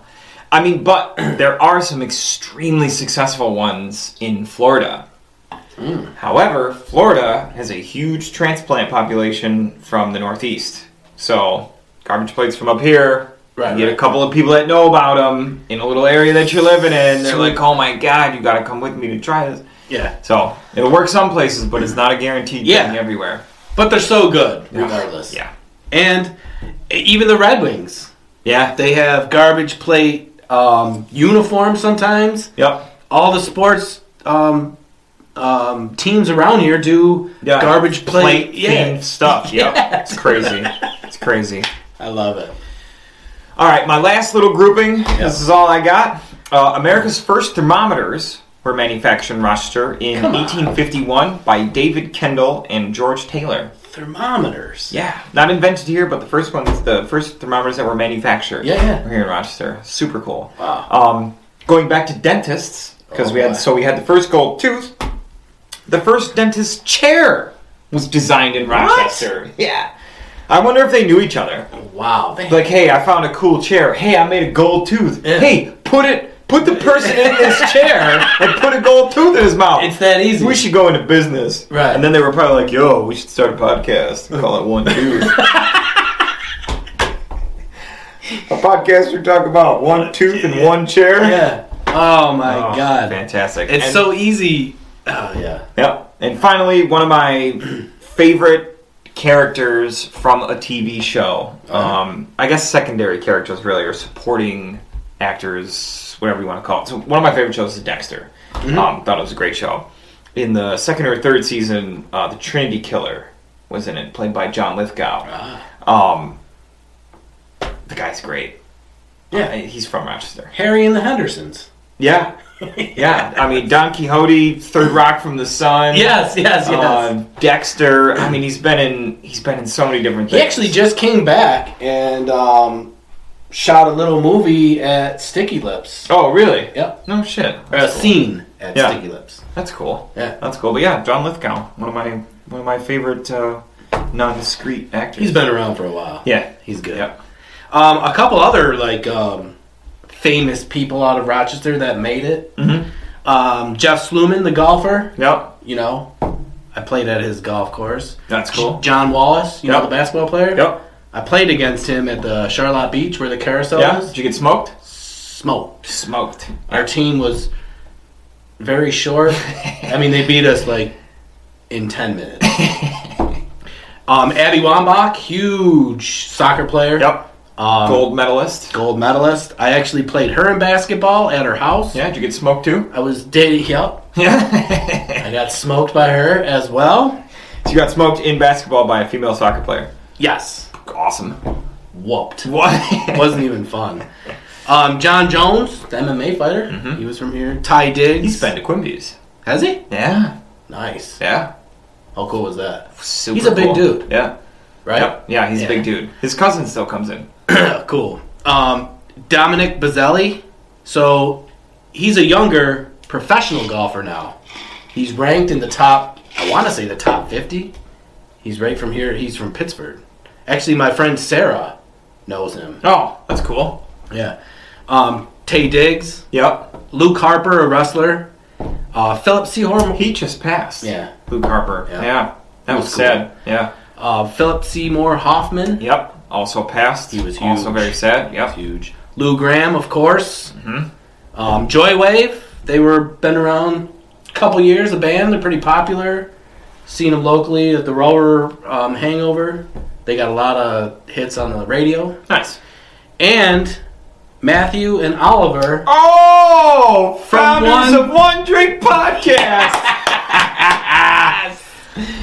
I mean, but there are some extremely successful ones in Florida.
Hmm.
However, Florida has a huge transplant population from the Northeast. So, garbage plates from up here.
Right,
you get a
right.
couple of people that know about them in a little area that you're living in. They're
So-
like, "Oh my God, you got to come with me to try this."
Yeah,
So it'll work some places, but it's not a guaranteed
Yeah.
thing everywhere.
but they're so good regardless.
Yeah.
and even the Red Wings,
Yeah.
they have garbage plate um, uniforms sometimes.
Yep.
all the sports um, um, teams around here do
Yeah.
garbage plate.
themed stuff. Yep. It's crazy. It's crazy.
I love it.
All right, my last little grouping. This is all I got. Uh, America's first thermometers were manufactured in Rochester in 1851 by David Kendall and George Taylor.
Thermometers.
Yeah, not invented here, but the first ones, the first thermometers that were manufactured
Yeah, yeah.
were here in Rochester. Super cool.
Wow.
Um, going back to dentists, because
Oh,
we had
my.
so we had the first gold tooth. The first dentist chair was designed in Rochester. Yeah. I wonder if they knew each other.
Wow.
Like, hey, I found a cool chair. Hey, I made a gold tooth.
Yeah.
Hey, put it Put the person in this chair and put a gold tooth in his mouth.
It's that easy.
we should go into business.
Right.
And then they were probably like, yo, we should start a podcast and call it One Tooth. a podcast we talk about one tooth and one chair.
yeah. Oh my
Oh,
god.
Fantastic.
It's
And-
so easy. Oh yeah.
Yep. And finally, one of my favorite characters from a TV show. Um, I guess secondary characters really or supporting actors, whatever you want to call it. So one of my favorite shows is Dexter. Um, thought it was a great show. In the second or third season, uh, the Trinity Killer was in it, played by John Lithgow.
Ah.
Um, the guy's great.
Yeah.
Uh, he's from Rochester.
Harry and the Hendersons.
Yeah, yeah. I mean, Don Quixote, Third Rock from the Sun.
Yes, yes, yes.
Uh, Dexter. I mean, he's been in he's been in so many different
he
things.
actually just came back and um, shot a little movie at Sticky Lips.
Oh, really? Uh,
Yep.
No shit.
Or a scene at
Yeah.
Sticky Lips.
That's cool.
Yeah.
That's cool. But yeah, John Lithgow, one of my one of my favorite uh, non-discreet actors.
He's been around for a while.
yeah.
He's good.
Yep.
Um, a couple other like um, famous people out of Rochester that made it.
Mhm.
Um, Jeff Sluman, the golfer.
Yep.
You know, I played at his golf course.
That's cool.
John Wallace, you
Yep.
know the basketball player.
Yep.
I played against him at the Charlotte Beach where the carousel
Yeah.
is.
Did you get smoked?
Smoked.
Smoked.
Our team was very short. I mean, they beat us like in 10 minutes. um, Abby Wambach, huge soccer player.
Yep.
Um, gold.
Gold medalist.
medalist. I actually played her in basketball at her house.
Yeah. Did you get smoked too?
I was dating. Yep.
Yeah.
I got smoked by her as well.
so you got smoked in basketball by a female soccer player.
Yes.
Awesome.
Whooped.
What?
Wasn't even fun. Um, John Jones, the MMA fighter. He was from here. Ty Diggs.
Mm-hmm. He's been to Quimby's.
Has he?
Yeah.
Nice.
Yeah.
How cool was that?
Super
He's a big
cool.
dude.
Yeah.
Right?
Yep. Yeah, he's
Yeah.
a big dude. His cousin still comes in.
cool. Um, Dominic Bazzelli. So he's a younger professional golfer now. He's ranked in the top, I want to say the top 50. He's right from here. He's from Pittsburgh. Actually, my friend Sarah knows him.
Oh, that's cool.
Yeah. Um, Tay Diggs,
Yep.
Luke Harper, a wrestler, uh, Philip Seymour.
He just passed.
Yeah.
Luke Harper.
Yeah.
Yeah. That was,
was cool.
sad. Yeah.
Uh, Philip Seymour Hoffman.
Yep. Also passed.
He was
Also
huge.
very sad. Yep. Mm-hmm.
huge. Lou Graham, of course. Um, Joywave, they were been around a couple years. A band, they're pretty popular. Seen them locally at the Roller um, Hangover. They got a lot of hits on the radio.
Nice.
And Matthew and Oliver.
Oh,
From
founders
one-
of One Drink Podcast.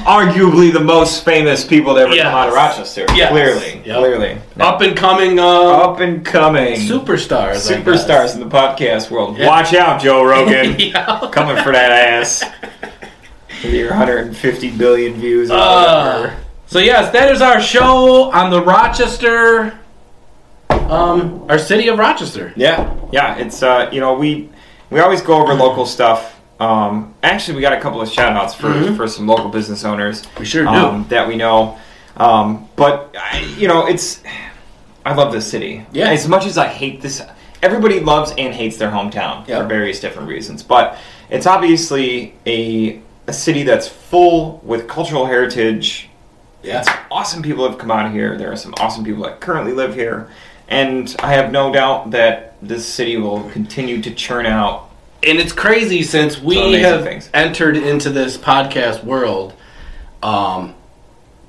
Arguably the most famous people to ever
Yes.
come out of Rochester.
Yes.
Clearly.
Yep.
Clearly.
Up and coming uh,
Up and coming.
superstars. I
Oh. Superstars
guess.
in the podcast world.
Yeah.
Watch out, Joe Rogan.
yeah.
coming for that ass. With your 150 billion views. or
Uh,
whatever.
so yes, that is our show on the Rochester, um, our city of Rochester.
yeah, yeah. It's uh, you know, we we always go over local stuff. Um, actually, we got a couple of shout outs for for some local business owners.
We sure do.
um, that we know. Um, but I, you know, it's I love this city.
Yeah.
As much as I hate this, everybody loves and hates their hometown
Yeah.
for various different reasons. But it's obviously a a city that's full with cultural heritage.
Yeah.
It's awesome people have come out of here. There are some awesome people that currently live here, and I have no doubt that this city will continue to churn out.
and it's crazy since we
Some amazing
have
things.
entered into this podcast world um,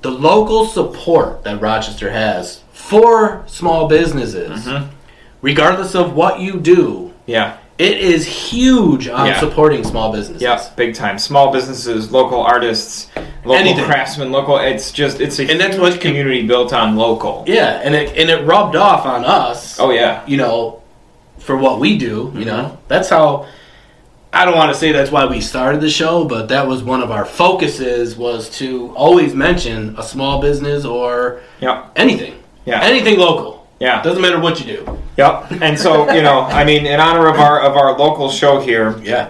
the local support that rochester has for small businesses
Mm-hmm.
regardless of what you do
Yeah.
it is huge on
Yeah.
supporting small businesses
Yeah, big time. Small businesses, local artists, local
Anything.
craftsmen, local. It's just it's a
And that's
huge
what-
community built on local.
yeah and it, and it rubbed off on us
Oh yeah,
you know, for what we do,
Mm-hmm.
you know. That's how I don't want to say that's why we started the show, but that was one of our focuses was to always mention a small business or
yeah,
anything.
Yeah.
Anything local.
yeah,
Doesn't matter what you do.
yep. And so you know, I mean, in honor of our of our local show here,
Yeah.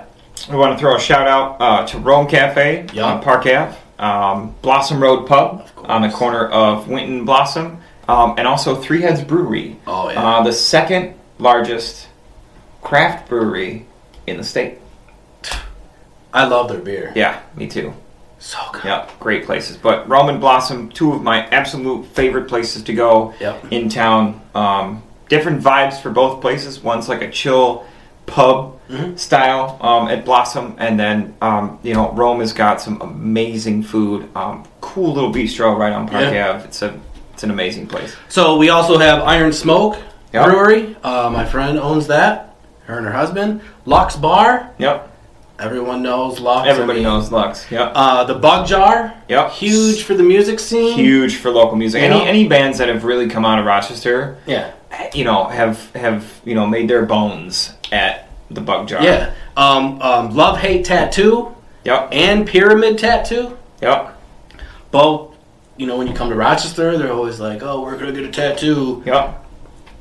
we want to throw a shout out uh, to Rome Cafe
Yeah.
on Park Ave, um, Blossom Road Pub on the corner of Winton Blossom, um, and also Three Heads Brewery.
Oh, yeah.
uh, the second largest craft brewery in the state.
I love their beer.
Yeah, me too.
So good.
Yeah, great places. But Rum and Blossom, two of my absolute favorite places to go
Yep.
in town. Um, different vibes for both places. One's like a chill pub
Mm-hmm.
style um, at Blossom, and then um, you know Rome has got some amazing food. Um, cool little bistro right on Park
Yeah.
Ave. It's a it's an amazing place.
So we also have Iron Smoke
Yeah.
Brewery. Uh, my friend owns that. Her and her husband. Lux Bar.
Yep,
Everyone knows Lux. I
everybody
mean,
knows Lux. Yep,
Uh, the Bug Jar.
Yep.
Huge for the music scene.
huge for local music.
You
Any
know?
any bands that have really come out of Rochester,
Yeah.
you know, have have you know made their bones at the Bug Jar.
Yeah. Um, um, Love Hate Tattoo
Yep.
and Pyramid Tattoo.
Yep.
Both, you know, when you come to Rochester, they're always like, oh, we're going to get a tattoo.
Yep.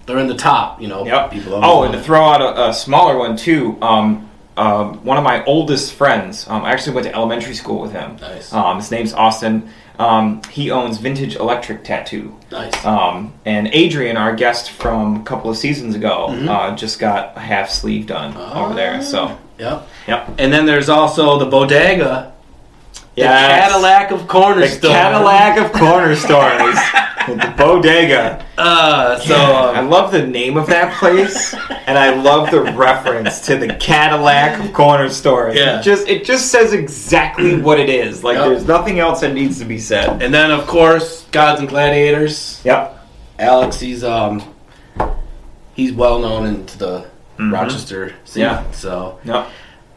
They're in the top, you know.
Yep.
People always
Oh,
want
and to
it.
throw out a, a smaller one too. Um, um, one of my oldest friends. Um, I actually went to elementary school with him.
Nice.
Um, his name's Austin. Um, he owns Vintage Electric Tattoo.
Nice.
Um, and Adrian, our guest from a couple of seasons ago,
Mm-hmm.
uh, just got a half sleeve done
Oh.
over there. So,
Yep.
yep.
And then there's also the Bodega. The
Yes.
Cadillac of Cornerstone.
The Cadillac of corner stores. the bodega.
Uh, so
So I
um,
love the name of that place, and I love the reference to the Cadillac of corner stores.
Yeah.
It just it just says exactly what it is. Like
Yep.
there's nothing else that needs to be said.
and then of course Gods and Gladiators.
Yep.
Alex, he's um, he's well known into the Rochester scene.
Mm-hmm. Yeah.
So
Yep.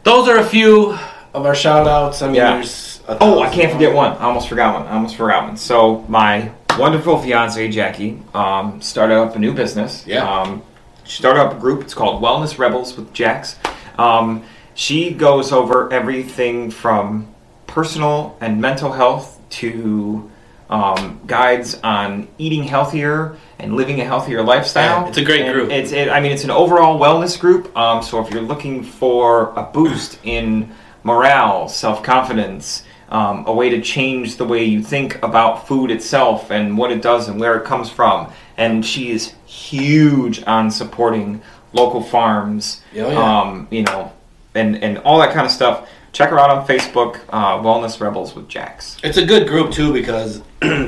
those are a few of our shout outs. I mean,
Yeah.
there's a
Oh, I
thousand
can't
more.
forget one. I almost forgot one. I almost forgot one. So my wonderful fiance Jackie um, started up a new business.
Yeah.
Um, she started up a group. It's called Wellness Rebels with Jax. Um, she goes over everything from personal and mental health to um, guides on eating healthier and living a healthier lifestyle.
Yeah, it's a great
And
group.
It's it, I mean it's an overall wellness group. Um, so if you're looking for a boost in morale, self confidence, um, a way to change the way you think about food itself and what it does and where it comes from, and she is huge on supporting local farms.
Yeah, yeah.
Um, you know, and and all that kind of stuff. Check her out on Facebook, uh, Wellness Rebels with Jax.
It's a good group too because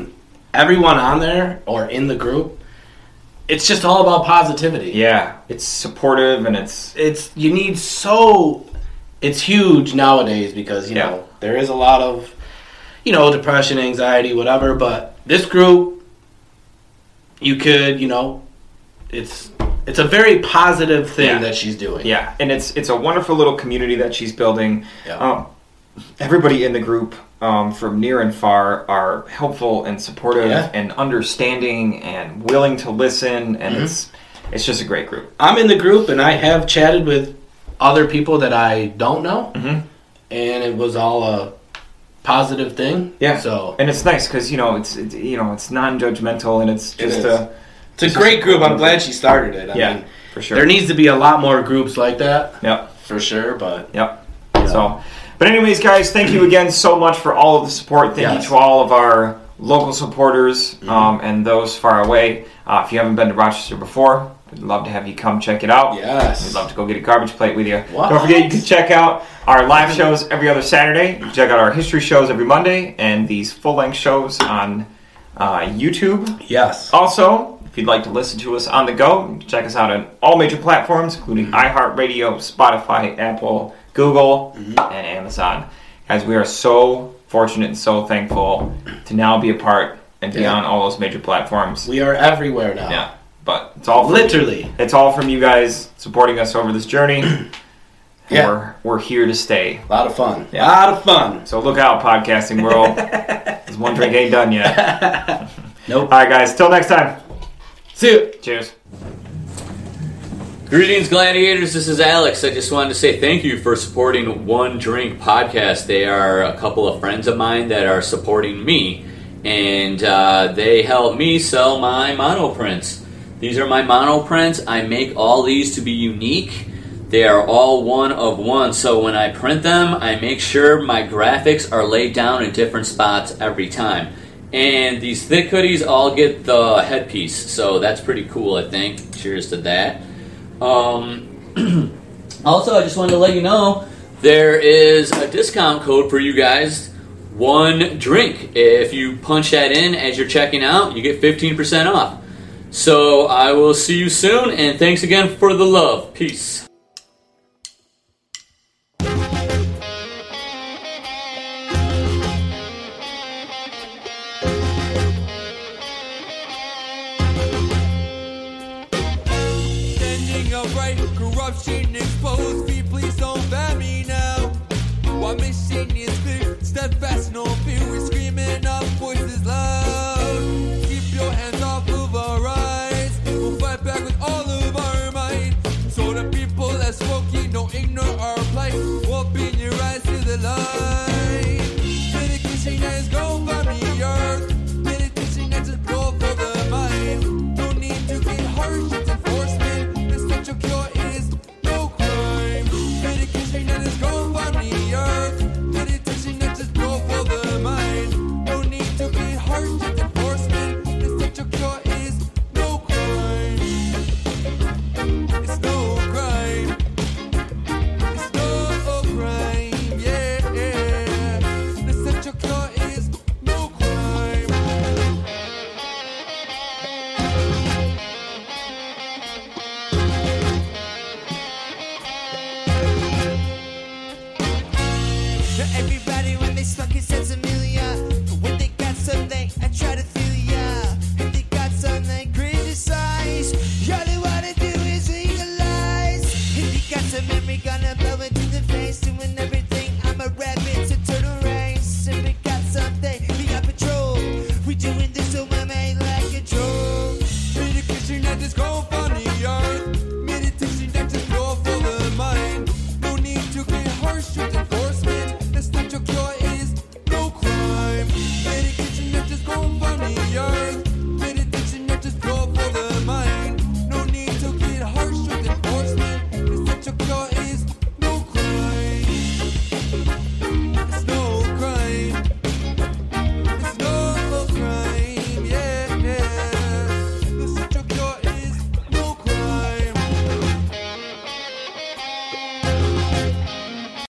everyone on there or in the group, it's just all about positivity.
Yeah, it's supportive and it's
it's you need so it's huge nowadays because you
Yeah.
know there is a lot of you know depression anxiety whatever but this group you could you know it's it's a very positive thing
Yeah.
that she's doing
Yeah, and it's it's a wonderful little community that she's building.
Yeah.
Um, everybody in the group um, from near and far are helpful and supportive
Yeah.
and understanding and willing to listen, and
Mm-hmm.
it's it's just a great group.
i'm in the group and i have chatted with other people that i don't know
Mm-hmm.
and it was all a positive thing
Yeah.
so
and it's nice because you know it's, it's you know it's non-judgmental and it's
It
just
is.
a
it's a great group i'm glad she started it I
yeah
mean,
for sure.
there needs to be a lot more groups like that
yep.
for sure but
Yep. So, but anyways, guys, thank you again so much for all of the support. Thank
Yes. Mm-hmm.
you to all of our local supporters um, and those far away. Uh, if you haven't been to Rochester before, we'd love to have you come check it out.
Yes.
We'd love to go get a garbage plate with you.
What?
Don't forget, you can check out our live shows every other Saturday. You can check out our history shows every Monday and these full length shows on uh, YouTube.
yes
Oh. Also, if you'd like to listen to us on the go, you can check us out on all major platforms,
Mm-hmm.
including iHeartRadio, Spotify, Apple, Google,
Mm-hmm.
and Amazon. Guys, we are so fortunate and so thankful to now be a part and be
Yeah.
on all those major platforms.
We are everywhere now.
yeah, but it's all from,
Literally.
It's all from you guys supporting us over this journey. And
Yeah.
we're, we're here to stay.
A lot of fun.
Yeah.
lot of fun.
So look out, podcasting world. 'cause one drink ain't done yet.
Nope.
All right, guys. Till next time.
See you.
Cheers.
Greetings, gladiators. This is Alex. I just wanted to say thank you for supporting One Drink Podcast. They are a couple of friends of mine that are supporting me, and uh, they help me sell my monoprints. These are my monoprints. I make all these to be unique. They are all one of one, so when I print them, I make sure my graphics are laid down in different spots every time. And these thick hoodies all get the headpiece, so that's pretty cool, I think. Cheers to that. Um, also, I just wanted to let you know there is a discount code for you guys. One drink. If you punch that in as you're checking out, you get 15% off. So I will see you soon, and thanks again for the love. Peace.
Ending upright, corruption exposed. Feet, please don't ban me now. What mission is clear, steadfast, no fear is